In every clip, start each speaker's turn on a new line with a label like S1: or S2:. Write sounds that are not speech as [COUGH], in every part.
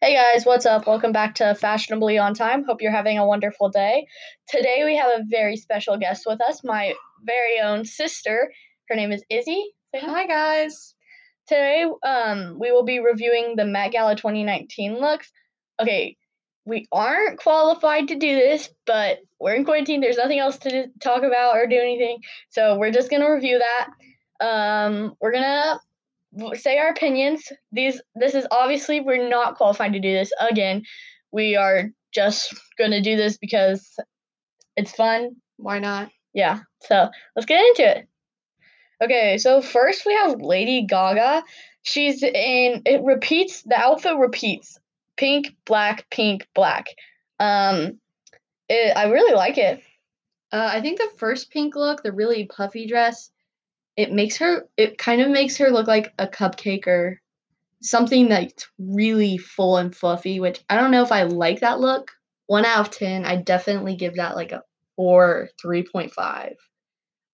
S1: Hey guys, what's up? Welcome back to Fashionably On Time. Hope you're having a wonderful day. Today we have a very special guest with us, my very own sister. Her name is Izzy. Say hi.
S2: Hi guys.
S1: Today um, we will be reviewing the Met Gala 2019 looks. Okay, we aren't qualified to do this, but we're in quarantine. There's nothing else to d- talk about or do anything. So we're just going to review that. Um, we're going to w- say our opinions. These this is obviously we're not qualified to do this again. We are just going to do this because it's fun.
S2: Why not?
S1: Yeah. So, let's get into it. Okay, so first we have Lady Gaga. She's in it repeats the outfit repeats. Pink, black, pink, black. Um it, I really like it.
S2: Uh, I think the first pink look, the really puffy dress, it makes her. It kind of makes her look like a cupcake or something that's really full and fluffy. Which I don't know if I like that look. One out of ten, I definitely give that like a four, three point five.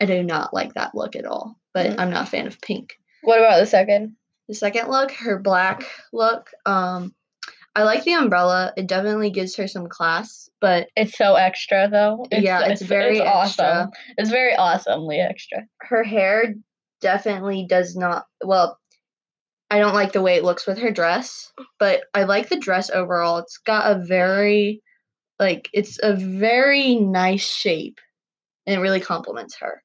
S2: I do not like that look at all. But
S1: Mm.
S2: I'm not a fan of pink.
S1: What about the second?
S2: the second look her black look um i like the umbrella it definitely gives her some class but
S1: It's so extra though.
S2: yeah it's, very
S1: awesome.
S2: extra.
S1: It's very awesomely extra.
S2: her hair definitely does not well i don't like the way it looks with her dress but i like the dress overall it's got a very like it's a very nice shape and it really compliments her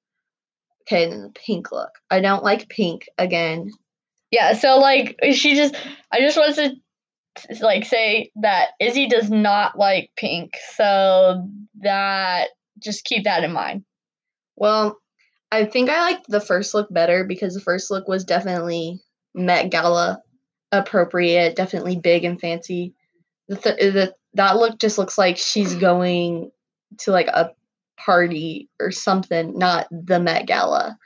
S2: okay and then the pink look i don't like pink again
S1: Yeah, so like she just I just wanted to like say that Izzy does not like pink. So that just keep that in mind.
S2: Well, I think I liked the first look better because the first look was definitely Met Gala appropriate, definitely big and fancy. The th- the that look just looks like she's going to like a party or something, not the Met Gala.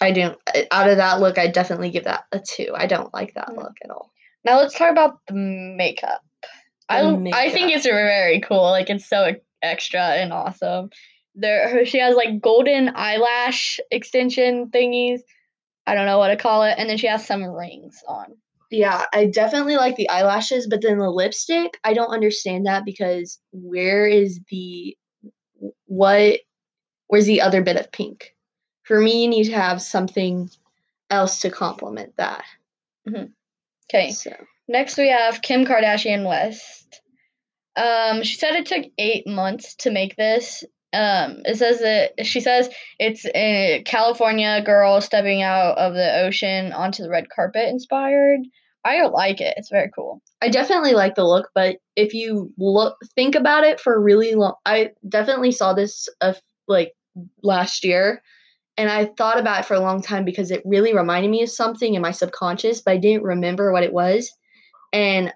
S2: I don't I- out of that look, I definitely give that a two. I don't like that
S1: Mm.
S2: look at all.
S1: Now let's talk about the makeup. I
S2: The
S1: I think
S2: makeup.
S1: it's very cool. Like it's so e- extra and awesome. There, her, she has like golden eyelash extension thingies. I don't know what to call it, and then she has some rings on.
S2: Yeah, I definitely like the eyelashes, but then the lipstick, I don't understand that because where is the what where's the other bit of pink? For me, you need to have something else to complement that.
S1: Okay,
S2: So
S1: Next, we have Kim Kardashian West. Um, she said it took eight months to make this. Um, it says that she says it's a California girl stepping out of the ocean onto the red carpet inspired. I like it. It's very cool.
S2: I definitely like the look, but if you look think about it for really long, I definitely saw this a f like last year, and I thought about it for a long time because it really reminded me of something in my subconscious, but I didn't remember what it was. And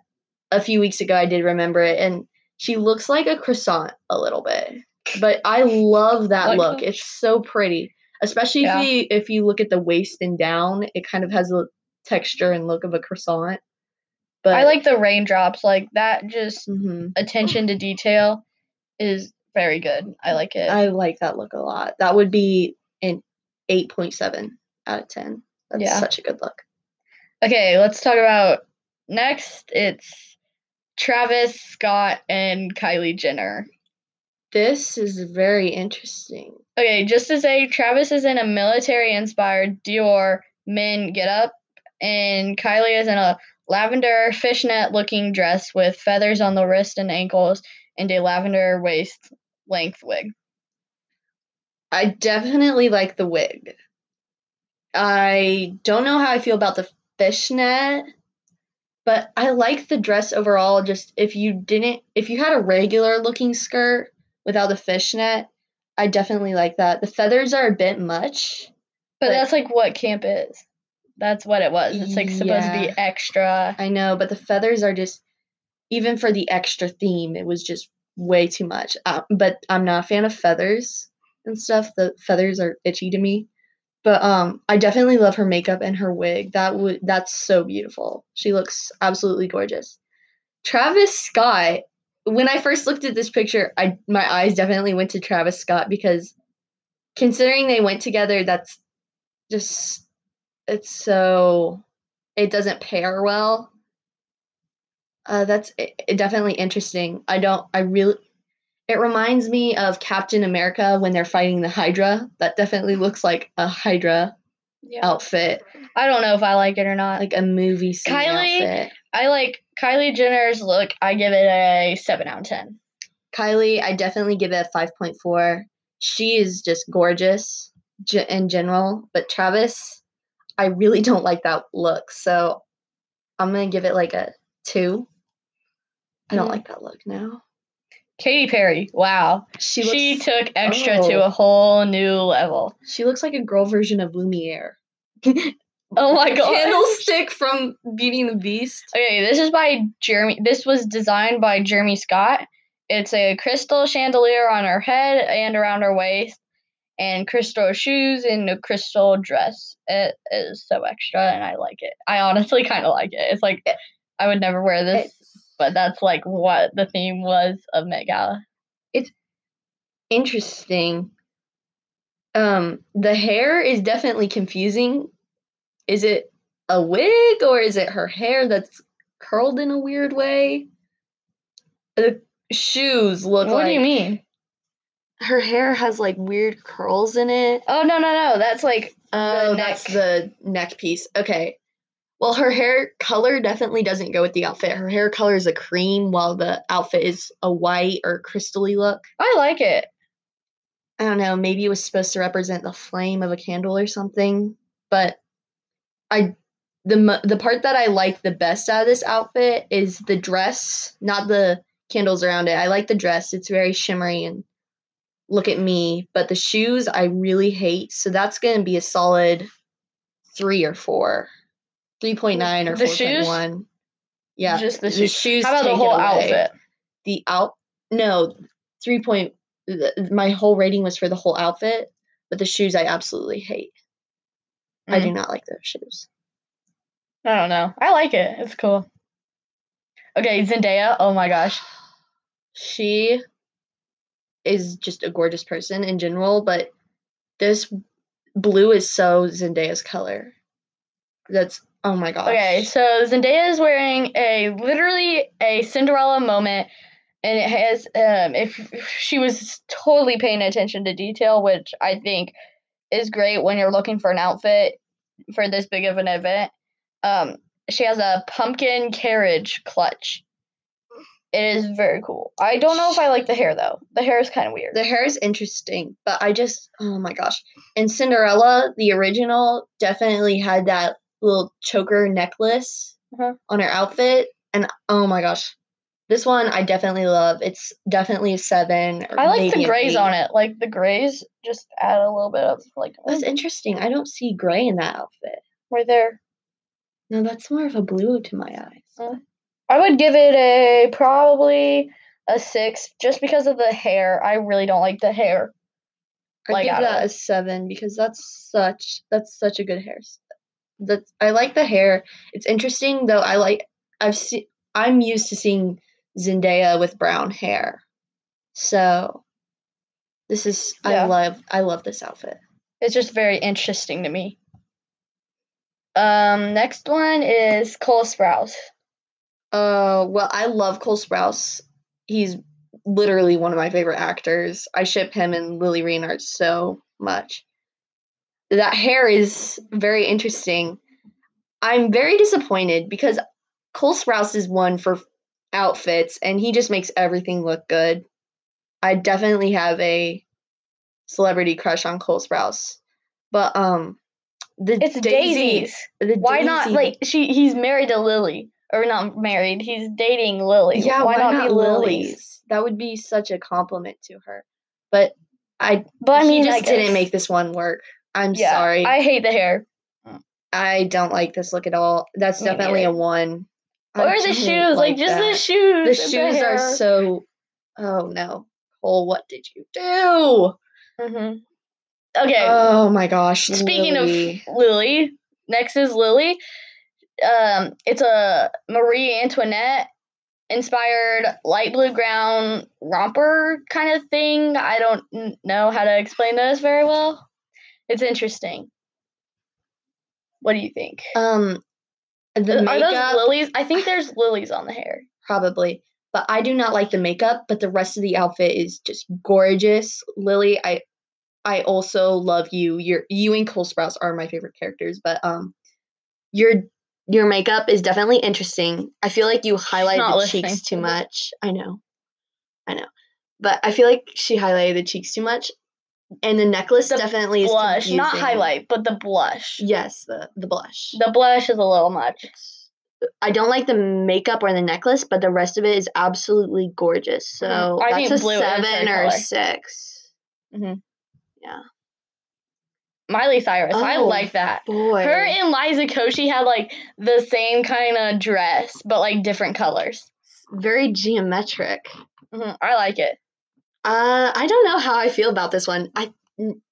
S2: a few weeks ago, I did remember it, and she looks like a croissant a little bit, but I love that
S1: Like-
S2: look. It's so pretty, especially
S1: Yeah.
S2: if you if you look at the waist and down, it kind of has the texture and look of a croissant. But
S1: I like the raindrops. Like that, just
S2: hmm
S1: attention to detail is very good. I like it.
S2: I like that look a lot. That would be an 8.7 out of 10. That's
S1: Yeah.
S2: such a good look.
S1: Okay, let's talk about next. It's Travis Scott and Kylie Jenner.
S2: This is very interesting.
S1: Okay, just to say, Travis is in a military inspired Dior men get up, and Kylie is in a lavender fishnet looking dress with feathers on the wrist and ankles and a lavender waist length wig.
S2: I definitely like the wig. I don't know how I feel about the fishnet, but I like the dress overall. Just if you didn't, if you had a regular looking skirt without the fishnet, I definitely like that. The feathers are a bit much.
S1: But
S2: But-
S1: that's like what camp is. That's what it was. It's like supposed to be
S2: Yeah. Oh.
S1: extra.
S2: I know, but the feathers are just even for the extra theme, it was just way too much. Uh, but I'm not a fan of feathers and stuff. The feathers are itchy to me. But um, I definitely love her makeup and her wig. That would that's so beautiful. She looks absolutely gorgeous. Travis Scott. When I first looked at this picture, I my eyes definitely went to Travis Scott because considering they went together, that's just it's so it doesn't pair well. Uh, that's i i- definitely interesting. I don't. I really. It reminds me of Captain America when they're fighting the Hydra. That definitely looks like a Hydra
S1: Yeah.
S2: outfit,
S1: I don't know if I like it or not.
S2: like a movie scene
S1: Kylie-
S2: outfit.
S1: I like Kylie Jenner's look. I give it a 7 out of 10.
S2: Kylie, I definitely give it a five point four. She is just gorgeous ge- in general, but Travis, I really [LAUGHS] don't like that look. So I'm gonna give it like a two. I don't
S1: Mm.
S2: like that look now.
S1: Katy Perry. Wow.
S2: She
S1: She,
S2: looks
S1: took extra to
S2: Oh.
S1: a whole new level.
S2: She looks like a girl version of Lumiere.
S1: Oh my god.
S2: Candlestick from Beauty and the Beast.
S1: Okay, this is by Jeremy. This was designed by Jeremy Scott. It's a crystal chandelier on her head and around her waist, and crystal shoes and a crystal dress. It is so extra, and I like it. I honestly kind of like it. It's like I would never wear this,
S2: It's
S1: but that's like what the theme was of Met Gala.
S2: interesting. Um, the hair is definitely confusing. Is it a wig or is it her hair that's curled in a weird way? The shoes look
S1: what
S2: like
S1: do you mean?
S2: her hair has like weird curls in it.
S1: Oh no no no! That's like
S2: Oh,
S1: The
S2: that's
S1: neck.
S2: the neck piece. Okay. Well, her hair color definitely doesn't go with the outfit. Her hair color is a cream, while the outfit is a white or crystally look.
S1: I like it.
S2: I don't know. Maybe it was supposed to represent the flame of a candle or something. But I, the mo- the part that I like the best out of this outfit is the dress, not the candles around it. I like the dress. It's very shimmery and look at me. But the shoes, I really hate. So that's gonna be a solid three or four, three point nine or
S1: The
S2: four
S1: shoes?
S2: point one. Yeah,
S1: just the
S2: the
S1: shoes.
S2: shoes.
S1: How about
S2: take
S1: the
S2: it
S1: whole
S2: away
S1: outfit?
S2: the out no three point th- my whole rating was for the whole outfit but the shoes i absolutely hate i do not like those shoes
S1: I don't know. I like it. It's cool. Okay, Zendaya. Oh my gosh.
S2: she is just a gorgeous person in general but this blue is so zendaya's color that's oh my gosh
S1: Okay, so Zendaya is wearing a literally a Cinderella moment, and it has um if if she was totally paying attention to detail, which I think is great when you're looking for an outfit for this big of an event. Um, she has a pumpkin carriage clutch. It is very cool. I don't know if I like the hair though. The hair is kind of weird.
S2: the hair is interesting but i just oh my gosh and cinderella the original definitely had that little choker necklace
S1: Uh-huh.
S2: on her outfit and oh my gosh this one i definitely love it's definitely a seven or
S1: I like the
S2: maybe an
S1: grays on
S2: eight.
S1: it. Like the grays just add a little bit of like
S2: that's
S1: mm,
S2: interesting i don't see gray in that outfit
S1: right there.
S2: no that's more of a blue to my eyes
S1: Mm. I would give it a probably a six just because of the hair. I really don't like the hair.
S2: i
S1: Like,
S2: give
S1: out of
S2: that a seven because that's such that's such a good hair that i like the hair it's interesting though i like i've seen i'm used to seeing zendaya with brown hair so this is
S1: Yeah.
S2: i love i love this outfit
S1: It's just very interesting to me. Um, next one is Cole Sprouse.
S2: Uh, well, I love Cole Sprouse. He's literally one of my favorite actors. I ship him and Lily Reinhardt so much. That hair is very interesting. I'm very disappointed because Cole Sprouse is one for outfits and he just makes everything look good. I definitely have a celebrity crush on Cole Sprouse. But um the
S1: It's Daisies.
S2: the
S1: Why not
S2: Daisy-
S1: like she? He's married to Lily, or not married. He's dating Lily.
S2: Yeah, why, not, be
S1: Lily's?
S2: lilies? That would be such a compliment to her. But I,
S1: But I mean,
S2: he just
S1: like,
S2: didn't make this one work. I'm
S1: Yeah,
S2: sorry. I,
S1: I hate the hair.
S2: don't like this look at all. That's
S1: Me
S2: definitely
S1: neither.
S2: a one. I
S1: Or the
S2: don't
S1: shoes, like, just
S2: that.
S1: the shoes.
S2: The
S1: and
S2: shoes
S1: hair.
S2: are so. Oh no, Cole! What did you do?
S1: Mhm. Okay.
S2: Oh my gosh!
S1: Speaking
S2: Lily.
S1: of Lily, next is Lily. Um, it's a Marie Antoinette inspired light blue ground romper kind of thing. I don't n- know how to explain this very well. It's interesting. What do you think?
S2: um, And Uh, the
S1: Are
S2: makeup
S1: those lilies? I think there's lilies on the hair.
S2: probably. But I do not like the makeup, but the rest of the outfit is just gorgeous. Lily, I I also love you. Your you and Cole Sprouse are my favorite characters, but um your your makeup is definitely interesting. I feel like you highlighted
S1: not
S2: the
S1: listening.
S2: cheeks too much. I know. I know. But I feel like she highlighted the cheeks too much. And the necklace
S1: The
S2: definitely is
S1: blush, not
S2: confusing.
S1: highlight, but the blush.
S2: Yes, the, the blush.
S1: The blush is a little much.
S2: I don't like the makeup or the necklace, but the rest of it is absolutely gorgeous. So
S1: Mhm. I
S2: that's
S1: think
S2: a
S1: blue is her
S2: seven or
S1: color.
S2: a six.
S1: Miley Cyrus, I
S2: Oh,
S1: like that.
S2: Boy,
S1: Her and Liza Koshy had like the same kind of dress, but like different colors.
S2: very geometric.
S1: Mhm, I like it.
S2: Uh, I don't know how I feel about this one. I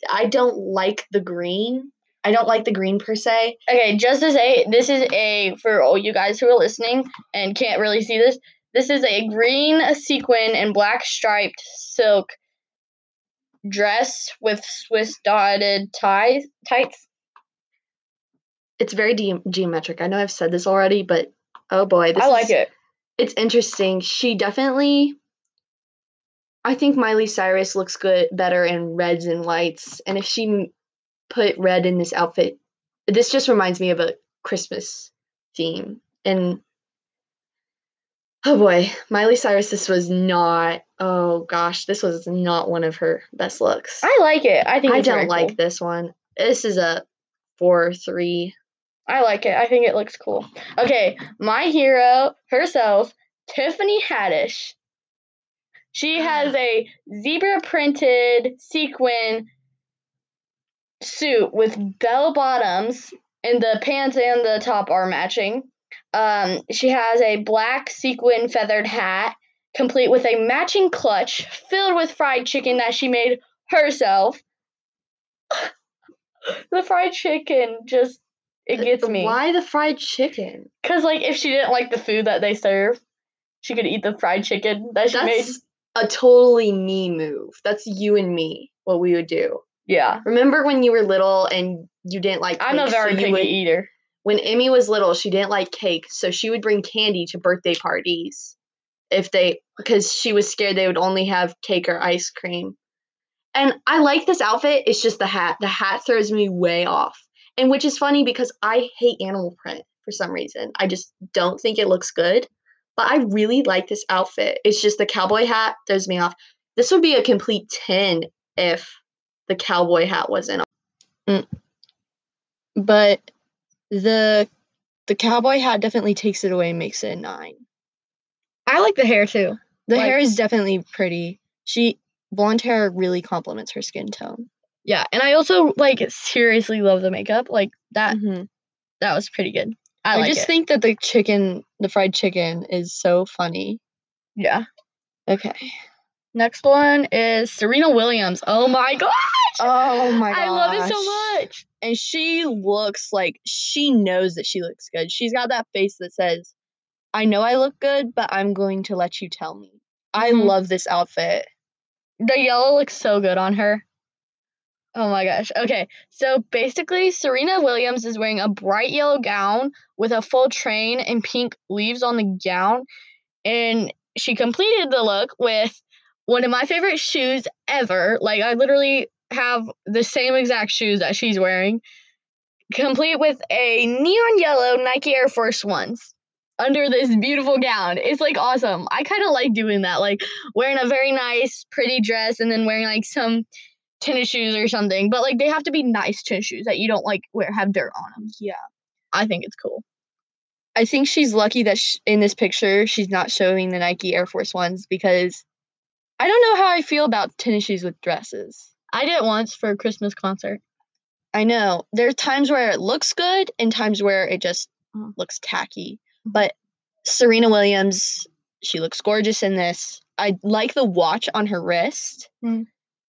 S2: I don't like the green. I don't like the green per se.
S1: Okay, just to say, this is a for all you guys who are listening and can't really see this. This is a green sequin and black striped silk dress with Swiss dotted ties tights.
S2: It's very de- geometric. I know I've said this already, but oh boy, this
S1: I like
S2: is-
S1: it.
S2: It's interesting. She definitely. I think Miley Cyrus looks good better in reds and whites, and if she m- put red in this outfit, this just reminds me of a Christmas theme. And oh boy, Miley Cyrus, this was not. Oh gosh, this was not one of her best looks.
S1: I like it. I think
S2: I
S1: it's very
S2: don't
S1: cool.
S2: like this one. This is a four three.
S1: I like it. I think it looks cool. Okay, my hero herself, Tiffany Haddish. She has a zebra printed sequin suit with bell bottoms, and the pants and the top are matching. Um, she has a black sequin feathered hat, complete with a matching clutch filled with fried chicken that she made herself. [LAUGHS] the fried chicken just it gets me.
S2: Why the fried chicken?
S1: Cause like if she didn't like the food that they serve, she could eat the fried chicken that she made.
S2: That's a totally me move. That's you and me, what we would do.
S1: Yeah, Remember
S2: Remember when you were little and you didn't like
S1: I'm a
S2: cake, so
S1: very
S2: you
S1: picky
S2: would-
S1: eater.
S2: when Emmy was little, she didn't like cake, so she would bring candy to birthday parties if they because she was scared they would only have cake or ice cream. And I like this outfit, it's just the hat. The hat throws me way off. And which is funny because I hate animal print for some reason. I just don't think it looks good. But I really like this outfit. It's just the cowboy hat throws me off. This would be a complete 10 if the cowboy hat wasn't on. Mm. But the the cowboy hat definitely takes it away and makes it a nine.
S1: I like the hair too.
S2: The
S1: Like-
S2: hair is definitely pretty. She blonde hair really complements her skin tone.
S1: Yeah, and I also like seriously love the makeup. Like that
S2: Mm-hmm.
S1: that was pretty good. Mm-hmm. I,
S2: I,
S1: like
S2: just
S1: it.
S2: think that the chicken, the fried chicken, is so funny.
S1: yeah.
S2: Okay. [LAUGHS]
S1: Next one is Serena Williams. Oh my gosh!
S2: Oh my
S1: I love it
S2: gosh.
S1: so much.
S2: And she looks like she knows that she looks good. She's got that face that says, "I know I look good, but I'm going to let you tell me." I
S1: Mhm.
S2: love this outfit.
S1: The yellow looks so good on her. Oh my gosh. Okay. So basically, Serena Williams is wearing a bright yellow gown with a full train and pink leaves on the gown. And she completed the look with one of my favorite shoes ever. Like, I literally have the same exact shoes that she's wearing, complete with a neon yellow Nike Air Force Ones under this beautiful gown. It's like awesome. I kind of like doing that. Like, wearing a very nice, pretty dress and then wearing like some tennis shoes or something. But like they have to be nice tennis shoes that you don't like wear have dirt on them.
S2: Yeah.
S1: I think it's cool.
S2: I think she's lucky that sh in this picture she's not showing the Nike Air Force ones because I don't know how I feel about tennis shoes with dresses.
S1: I did it once for a Christmas concert.
S2: I know there are times where it looks good and times where it just
S1: Mhm.
S2: looks tacky. But Serena Williams, she looks gorgeous in this. I like the watch on her wrist.
S1: Mm.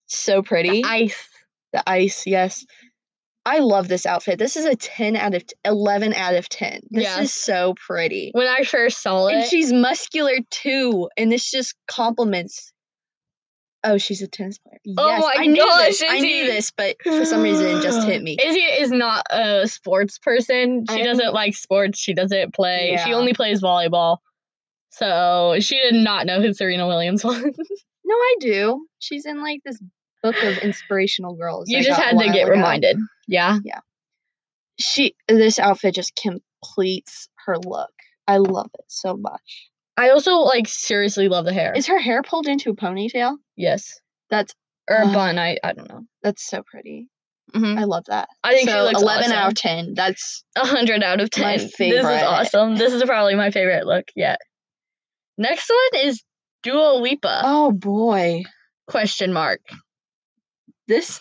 S2: So pretty.
S1: Ice.
S2: the ice, yes. I love this outfit. This is a 10 out of t- 11 out of 10. This
S1: Yeah.
S2: is so pretty.
S1: When I first saw it,
S2: And she's muscular too, and this just complements Oh, she's a tennis player. Yes,
S1: Oh my
S2: I knew
S1: gosh,
S2: this. I knew
S1: Izzy.
S2: this, but for some reason it just
S1: [SIGHS]
S2: hit me.
S1: Izzy is not a sports person. She
S2: I'm-
S1: doesn't like sports. She doesn't play. She
S2: Yeah.
S1: only plays volleyball. So she did not know who Serena Williams [LAUGHS] was.
S2: No, I do. She's in like this book of inspirational girls.
S1: you
S2: I
S1: just
S2: got a
S1: had to
S2: while
S1: get
S2: ago.
S1: reminded. Yeah.
S2: She this outfit just completes her look. I love it so much.
S1: I also like seriously love the hair.
S2: Is her hair pulled into a ponytail?
S1: yes.
S2: That's
S1: Or a
S2: Ugh.
S1: bun. I, I don't know.
S2: that's so pretty.
S1: Mhm.
S2: I love that.
S1: I think she
S2: Mm-hmm. So,
S1: looks
S2: eleven out
S1: awesome.
S2: of ten. That's
S1: A hundred out of ten.
S2: My
S1: This is
S2: favorite.
S1: awesome. This is probably my favorite look yet. Next one is Dua Lipa?
S2: oh boy.
S1: Question mark.
S2: This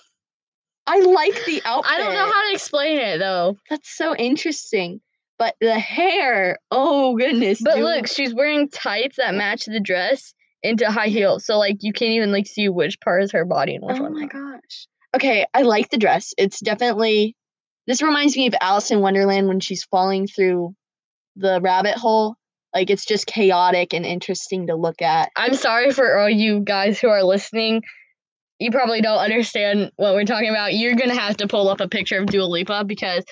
S2: I like the outfit.
S1: I don't know how to explain it though.
S2: that's so interesting. But the hair, oh goodness.
S1: But
S2: dude.
S1: look, she's wearing tights that match the dress into high heels. So like you can't even like see which part is her body and which
S2: Oh
S1: one.
S2: my
S1: not.
S2: gosh. Okay, I like the dress. It's definitely this reminds me of Alice in Wonderland when she's falling through the rabbit hole. Like it's just chaotic and interesting to look at.
S1: I'm sorry for all you guys who are listening. You probably don't understand what we're talking about. You're gonna have to pull up a picture of Dua Lipa because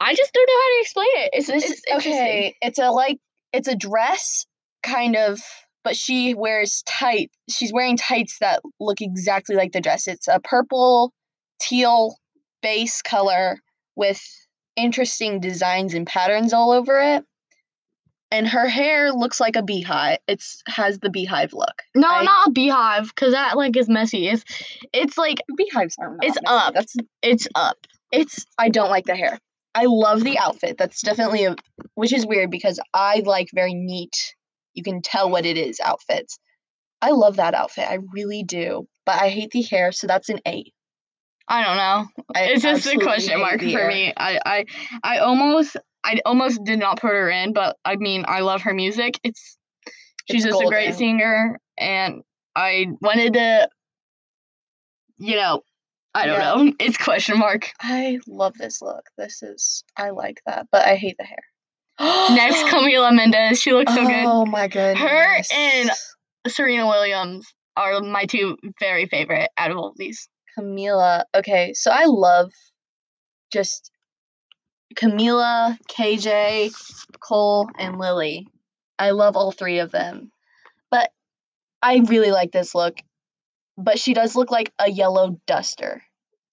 S1: I just don't know how to explain it. It's,
S2: This
S1: it's interesting.
S2: okay. It's a like it's a dress kind of but she wears tight she's wearing tights that look exactly like the dress. It's a purple teal base color with interesting designs and patterns all over it. And her hair looks like a beehive. It's has the beehive look.
S1: No,
S2: I-
S1: not a beehive, because that like is messy. It's it's like
S2: Beehives aren't.
S1: It's
S2: messy.
S1: up.
S2: That's
S1: it's
S2: up. It's I don't like the hair. I love the outfit. That's definitely a which is weird because I like very neat. You can tell what it is outfits. I love that outfit. I really do. But I hate the hair, so that's an eight.
S1: I don't know.
S2: I
S1: it's just a
S2: absolutely
S1: question
S2: hate
S1: mark
S2: the
S1: for
S2: hair.
S1: me. I, I I almost I almost did not put her in, but I mean I love her music. It's she's
S2: It's
S1: just a great
S2: golden.
S1: singer and I wanted to you know, I don't
S2: Yeah.
S1: know. [LAUGHS] It's question mark.
S2: I love this look. This is I like that, but I hate the hair. [GASPS]
S1: Next Camila Mendez. She looks so
S2: Oh my goodness.
S1: and- good. Serena Williams are my two very favorite out of all of these.
S2: Camila. Okay, so I love just Camila, KJ, Cole, and Lily. I love all three of them. But I really like this look. But she does look like a yellow duster.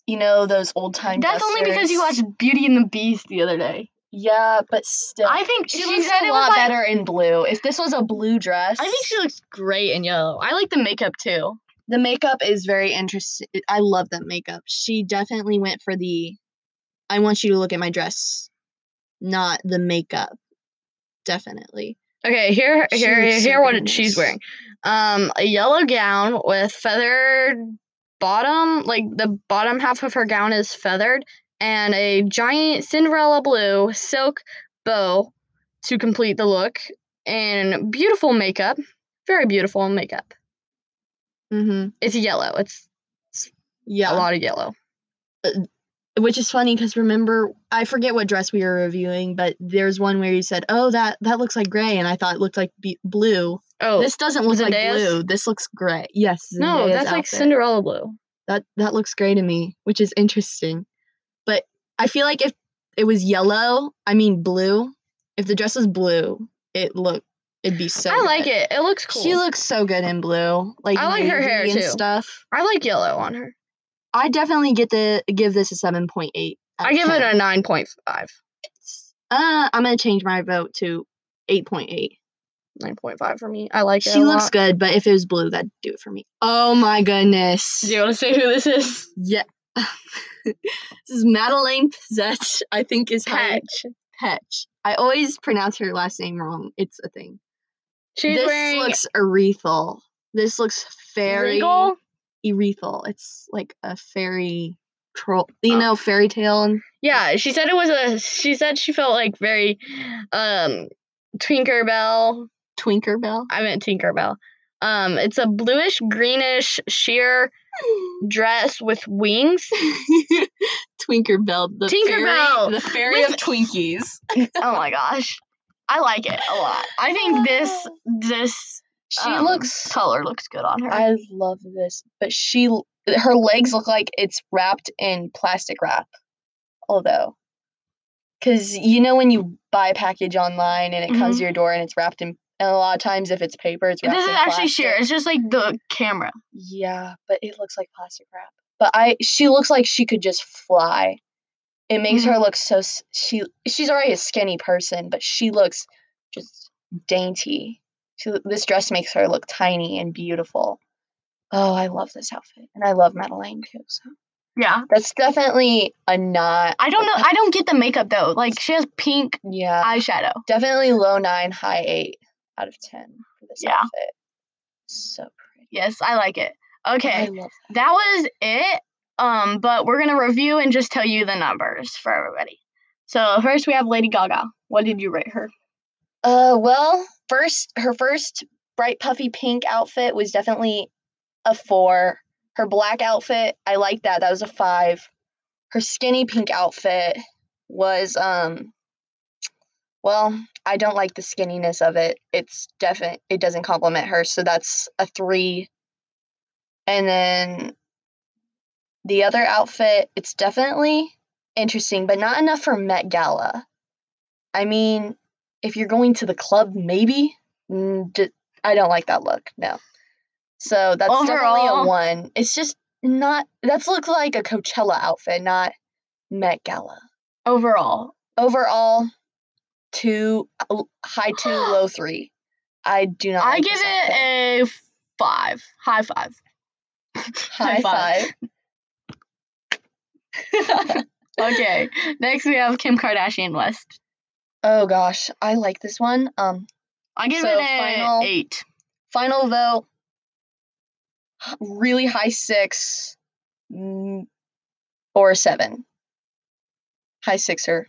S2: You know, those old time
S1: That's only because you watched Beauty and the Beast the other day.
S2: Yeah, but still.
S1: I think
S2: she,
S1: she,
S2: looks
S1: said
S2: a
S1: it was
S2: lot
S1: like-
S2: better in blue. If this was a blue dress,
S1: I think she looks great in yellow. I like the makeup too.
S2: the makeup is very interesting. I love that makeup. She definitely went for the I want you to look at my dress, not the makeup. Definitely.
S1: Okay, here
S2: She
S1: here
S2: looks so
S1: here what
S2: good in
S1: she's
S2: this.
S1: wearing. Um a yellow gown with feathered bottom, like the bottom half of her gown is feathered and a giant Cinderella blue silk bow to complete the look and beautiful makeup. Very beautiful makeup.
S2: Mm-hmm.
S1: It's yellow. It's
S2: Yeah.
S1: a lot of yellow.
S2: Which is funny because remember, I forget what dress we were reviewing, but there's one where you said, "Oh, that that looks like gray," and I thought it looked like be- blue.
S1: Oh.
S2: this doesn't look like
S1: Zendaya's?
S2: blue. This looks gray. Yes.
S1: no,
S2: Zendaya's
S1: that's like
S2: outfit.
S1: Cinderella blue.
S2: That that looks gray to me, which is interesting. But I feel like if it was yellow, I mean blue, if the dress was blue, it look it'd be so.
S1: I like
S2: good.
S1: it. It looks cool.
S2: She looks so good in blue. Like
S1: I like her
S2: navy
S1: hair,
S2: and
S1: too.
S2: stuff.
S1: I like yellow on her.
S2: I definitely get the give this a seven point eight.
S1: I give it a 9.5.
S2: Uh, I'm gonna change my vote to eight point eight.
S1: 9.5 for me. I like it.
S2: She
S1: a
S2: looks
S1: lot.
S2: good, but if it was blue, that'd do it for me. Oh my goodness.
S1: Do you want to say who this
S2: [LAUGHS]
S1: is?
S2: Yeah. this is Madeleine Petch. I think is how you-
S1: Patch.
S2: Petch. I always pronounce her last name wrong. It's a thing.
S1: She's
S2: this
S1: wearing
S2: looks ethereal. This looks fairy
S1: regal.
S2: ethereal. It's like a fairy troll,
S1: Oh.
S2: you know, fairy tale. And
S1: Yeah, she said it was a. She said she felt like very, um, Tinkerbell.
S2: Twinkerbell.
S1: I meant Tinkerbell. Um, it's a bluish greenish sheer dress with
S2: [LAUGHS]
S1: wings.
S2: [LAUGHS] Twinkerbell. The
S1: Tinkerbell
S2: Fairy, the fairy
S1: with-
S2: of Twinkies.
S1: oh my gosh, I like it a lot. I think this this
S2: She
S1: Um,
S2: looks.
S1: Color looks good on her.
S2: I love this, but she l- her legs look like it's wrapped in plastic wrap. Although, because you know when you buy a package online and it comes to your door and it's wrapped in, and a lot of times if it's paper, it's wrapped
S1: Mm-hmm. this is
S2: in
S1: actually
S2: plastic.
S1: sheer. It's just like the camera.
S2: Yeah, but it looks like plastic wrap. But I, she looks like she could just fly. It makes
S1: Mm-hmm.
S2: her look so. s- She she's already a skinny person, but she looks just dainty. She, lo- this dress makes her look tiny and beautiful. Oh, I love this outfit, and I love Madeleine too. So
S1: Yeah.
S2: that's definitely a not.
S1: I don't know. I don't get the makeup though. Like she has pink
S2: Yeah,
S1: eyeshadow.
S2: definitely low nine, high eight out of ten for this
S1: Yeah.
S2: outfit. So pretty.
S1: Yes, I like it.
S2: I
S1: Okay,
S2: love that.
S1: that was it. Um, but we're gonna review and just tell you the numbers for everybody. So first we have Lady Gaga. What did you rate her?
S2: Uh, well, first her first bright puffy pink outfit was definitely a four. Her black outfit, I like that. That was a five. Her skinny pink outfit was um, well, I don't like the skinniness of it. It's definite. It doesn't compliment her, so that's a three. And then the other outfit, it's definitely interesting, but not enough for Met Gala. I mean, if you're going to the club, maybe. Mm, d- I don't like that look. No. So that's definitely a
S1: Overall-
S2: one. It's just not. That's looked like a Coachella outfit, not Met Gala.
S1: Overall,
S2: Overall, two l- high
S1: [GASPS]
S2: two, low three. I do not.
S1: I
S2: like
S1: give
S2: this outfit.
S1: it a five. High five.
S2: high five.
S1: [LAUGHS]
S2: [LAUGHS]
S1: okay. Next we have Kim Kardashian West.
S2: oh gosh, I like this one. Um,
S1: I give
S2: So,
S1: it a
S2: final-
S1: eight.
S2: final vote, h- really high six, mm, or a seven. High sixer.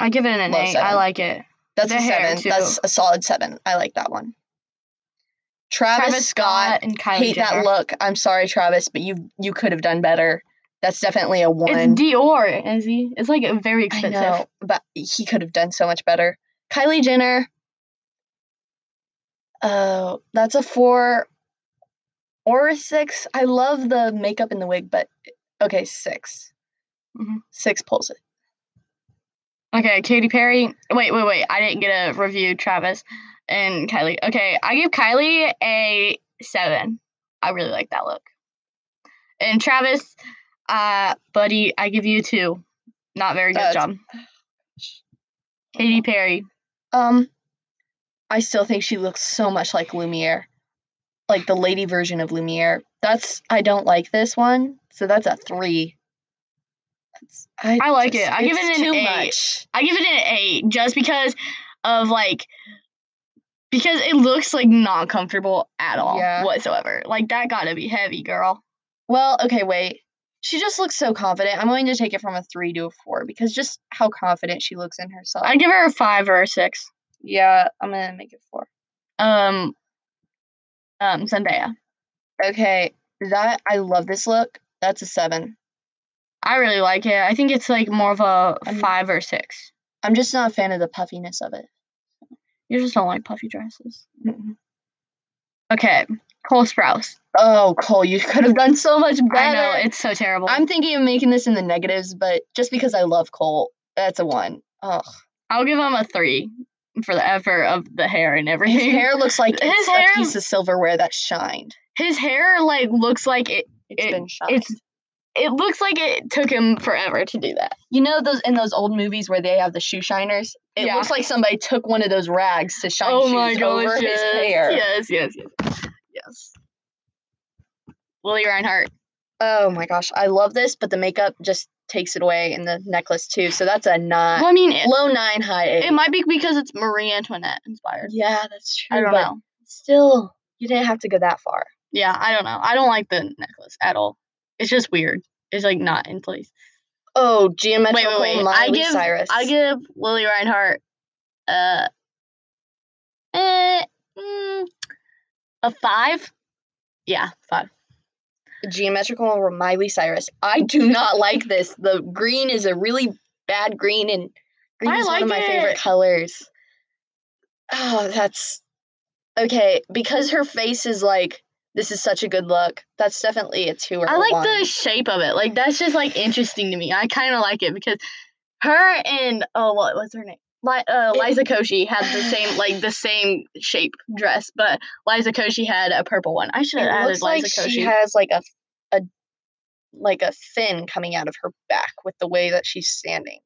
S1: I give it an
S2: Low
S1: eight. I
S2: seven.
S1: like it.
S2: That's
S1: The
S2: a
S1: hair,
S2: seven. That's
S1: too.
S2: a solid seven. I like that one. Travis, Scott.
S1: and Kylie
S2: hate
S1: Jenner.
S2: that look. I'm sorry, Travis, but you you could have done better. That's definitely a one.
S1: It's Dior, Izzy. It's like very
S2: I
S1: expensive.
S2: know, but he could have done so much better. Kylie Jenner. Oh, that's a four or a six. I love the makeup and the wig, but okay, 6
S1: Mhm.
S2: Six pulls it.
S1: Okay, Katy Perry. Wait, wait, wait. I didn't get a review, Travis and Kylie. Okay, I give Kylie a seven. I really like that look. And Travis, uh, buddy, I give you a two. Not very good
S2: That's-
S1: job. Katy Perry.
S2: Um, I still think she looks so much like Lumiere, like the lady version of Lumiere. That's I don't like this one, so that's a three. That's,
S1: I like it. I give
S2: it's
S1: it an
S2: too
S1: eight.
S2: much.
S1: I give it an eight just because of like because it looks like not comfortable at all
S2: Yeah.
S1: whatsoever. Like that gotta be heavy, girl.
S2: Well, okay, wait. She just looks so confident. I'm going to take it from a three to a four because just how confident she looks in herself.
S1: I give her a five or a six.
S2: yeah, I'm gonna make it four.
S1: Um, um, Zendaya.
S2: Okay, that I love this look. That's a seven.
S1: I really like it. I think it's like more of a
S2: I'm-
S1: five or six.
S2: I'm just not a fan of the puffiness of it.
S1: You just don't like puffy dresses. Okay, Cole Sprouse.
S2: Oh, Cole, you could have done so much better.
S1: I know it's so terrible.
S2: I'm thinking of making this in the negatives, but just because I love Cole, that's a one. Ugh.
S1: I'll give him a three for the effort of the hair and everything.
S2: His [LAUGHS] hair looks like
S1: His
S2: it's
S1: hair-
S2: a piece of silverware that shined.
S1: [LAUGHS] His hair, like looks like it.
S2: It's
S1: It-
S2: been shined.
S1: It's. It looks like it took him forever to do that.
S2: You know those in those old movies where they have the shoe shiners? It
S1: Yeah.
S2: looks like somebody took one of those rags to shine
S1: oh
S2: shoes
S1: my gosh!
S2: over
S1: yes,
S2: his hair.
S1: yes, yes, yes, yes. Lily Reinhart.
S2: Oh my gosh, I love this, but the makeup just takes it away and the necklace too. So that's a
S1: Well,
S2: nine,
S1: I mean, it,
S2: Uh, low nine, high eight.
S1: it might be because it's Marie Antoinette inspired.
S2: yeah, that's true.
S1: I don't
S2: but
S1: know.
S2: Still, you didn't have to go that far.
S1: Yeah, I don't know. I don't like the necklace at all. It's just weird. It's like not in place.
S2: Oh, geometrical
S1: I
S2: Miley
S1: give
S2: Cyrus.
S1: I give Lily Reinhart uh, eh, mm, a five. Yeah, five.
S2: geometrical Miley Cyrus. I do not like this. The green is a really bad green, and green
S1: I
S2: is one
S1: like
S2: of my
S1: it.
S2: favorite colors. Oh, that's Okay, because her face is like, this is such a good look. That's definitely a two or
S1: I
S2: a
S1: like
S2: one.
S1: the shape of it. Like that's just like interesting to me. I kind of like it because her and oh, what was her name? Li- uh,
S2: It-
S1: Liza Koshy had the same like the same shape dress, but Liza Koshy had a purple one. I should have
S2: It
S1: added
S2: looks
S1: Liza
S2: like
S1: Koshy.
S2: she has like a, a, like a fin coming out of her back with the way that she's standing.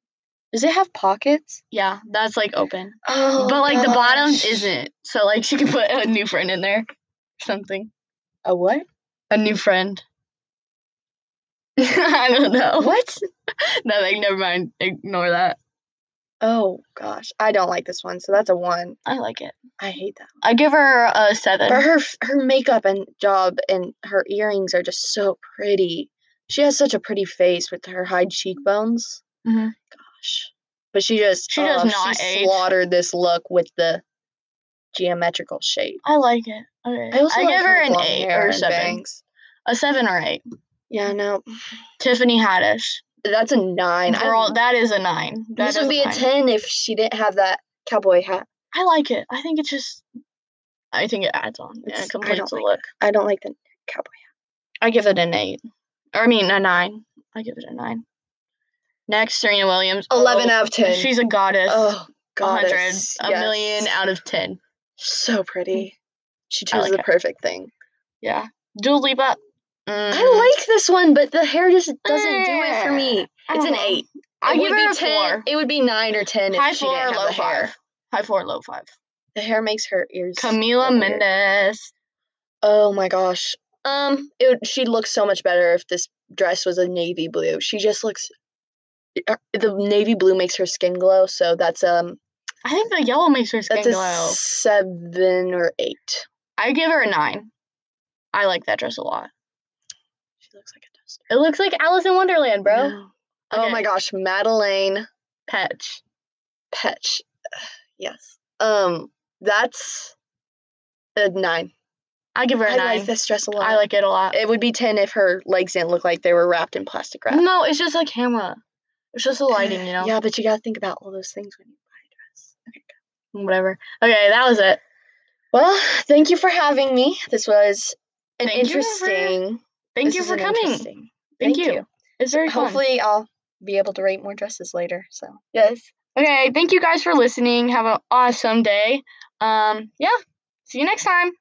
S2: Does it have pockets?
S1: yeah, that's like open,
S2: Oh,
S1: but like the bottom
S2: gosh.
S1: isn't. So like she could put a new friend in there, something [LAUGHS]
S2: a what?
S1: a new friend. [LAUGHS] I don't know.
S2: What?
S1: No, like never mind. Ignore that.
S2: Oh gosh, I don't like this one. So that's a one.
S1: I like it.
S2: I hate that.
S1: I give her a seven.
S2: But her f- her makeup and job and her earrings are just so pretty. She has such a pretty face with her
S1: Mm-hmm.
S2: high cheekbones.
S1: Mhm.
S2: Gosh, but she just
S1: She does
S2: oh,
S1: not
S2: she
S1: age.
S2: slaughtered this look with the geometrical shape.
S1: I like it. Okay. I,
S2: I also like
S1: give her an
S2: long
S1: eight
S2: hair
S1: or
S2: and
S1: seven.
S2: bangs.
S1: A seven or eight.
S2: Yeah, no,
S1: Tiffany Haddish.
S2: that's a nine. I-
S1: Girl, that is a nine. That
S2: this would
S1: is
S2: be a
S1: nine.
S2: ten if she didn't have that cowboy hat.
S1: I like it. I think it just. I think it adds on. Yeah,
S2: It's- I
S1: it completes
S2: don't
S1: the
S2: like
S1: look.
S2: I don't like the cowboy.
S1: I give it an eight. Or I mean a nine. I give it a nine. Next, Serena Williams.
S2: hat. Eleven
S1: Oh,
S2: out of ten.
S1: She's a goddess.
S2: oh
S1: a
S2: god,
S1: hundred. A million out of ten.
S2: So pretty. She
S1: I
S2: chose
S1: like
S2: the
S1: her.
S2: perfect thing.
S1: Yeah. Dua Lipa. Mm,
S2: I like this one, but the hair just doesn't do it for me.
S1: I
S2: It's
S1: don't
S2: an
S1: know.
S2: eight.
S1: I
S2: it
S1: give
S2: would
S1: her
S2: be
S1: a
S2: ten.
S1: four.
S2: It would be nine or ten if
S1: Uh-huh. High
S2: she
S1: four
S2: didn't
S1: or
S2: have
S1: low
S2: the hair.
S1: five. High four, low five.
S2: The hair makes her ears.
S1: Camila
S2: look weird.
S1: Mendes.
S2: Oh my gosh. Um, it would, she'd look so much better if this dress was a navy blue. She just looks. uh, The navy blue makes her skin glow, so that's um
S1: I think the yellow makes her skin
S2: that's a
S1: glow.
S2: seven or eight.
S1: I give her a nine. I like that dress a lot.
S2: She looks like a duster,
S1: It looks like Alice in Wonderland, bro.
S2: No. Oh my
S1: Okay.
S2: gosh, Madeline.
S1: Petch.
S2: Petch. [SIGHS] Yes. Um, that's a nine.
S1: I give her a
S2: I
S1: nine.
S2: like this dress a lot.
S1: I like it a lot.
S2: it. Would be ten if her legs didn't look like they were wrapped in plastic wrap.
S1: No, it's just a camera. It's just the
S2: [SIGHS]
S1: lighting, you know.
S2: Yeah, but you gotta think about all those things when you buy a dress. Okay.
S1: Whatever. Okay, that was it.
S2: Well, thank you for having me. This was an
S1: Thank you for-
S2: interesting.
S1: Thank
S2: this
S1: you
S2: is
S1: for
S2: an
S1: coming. Thank,
S2: interesting-
S1: you. It's very fun.
S2: Hopefully, I'll be able to rate more dresses later. So
S1: Yes. Okay. Thank you guys for listening. Have an awesome day. Um. Yeah. See you next time.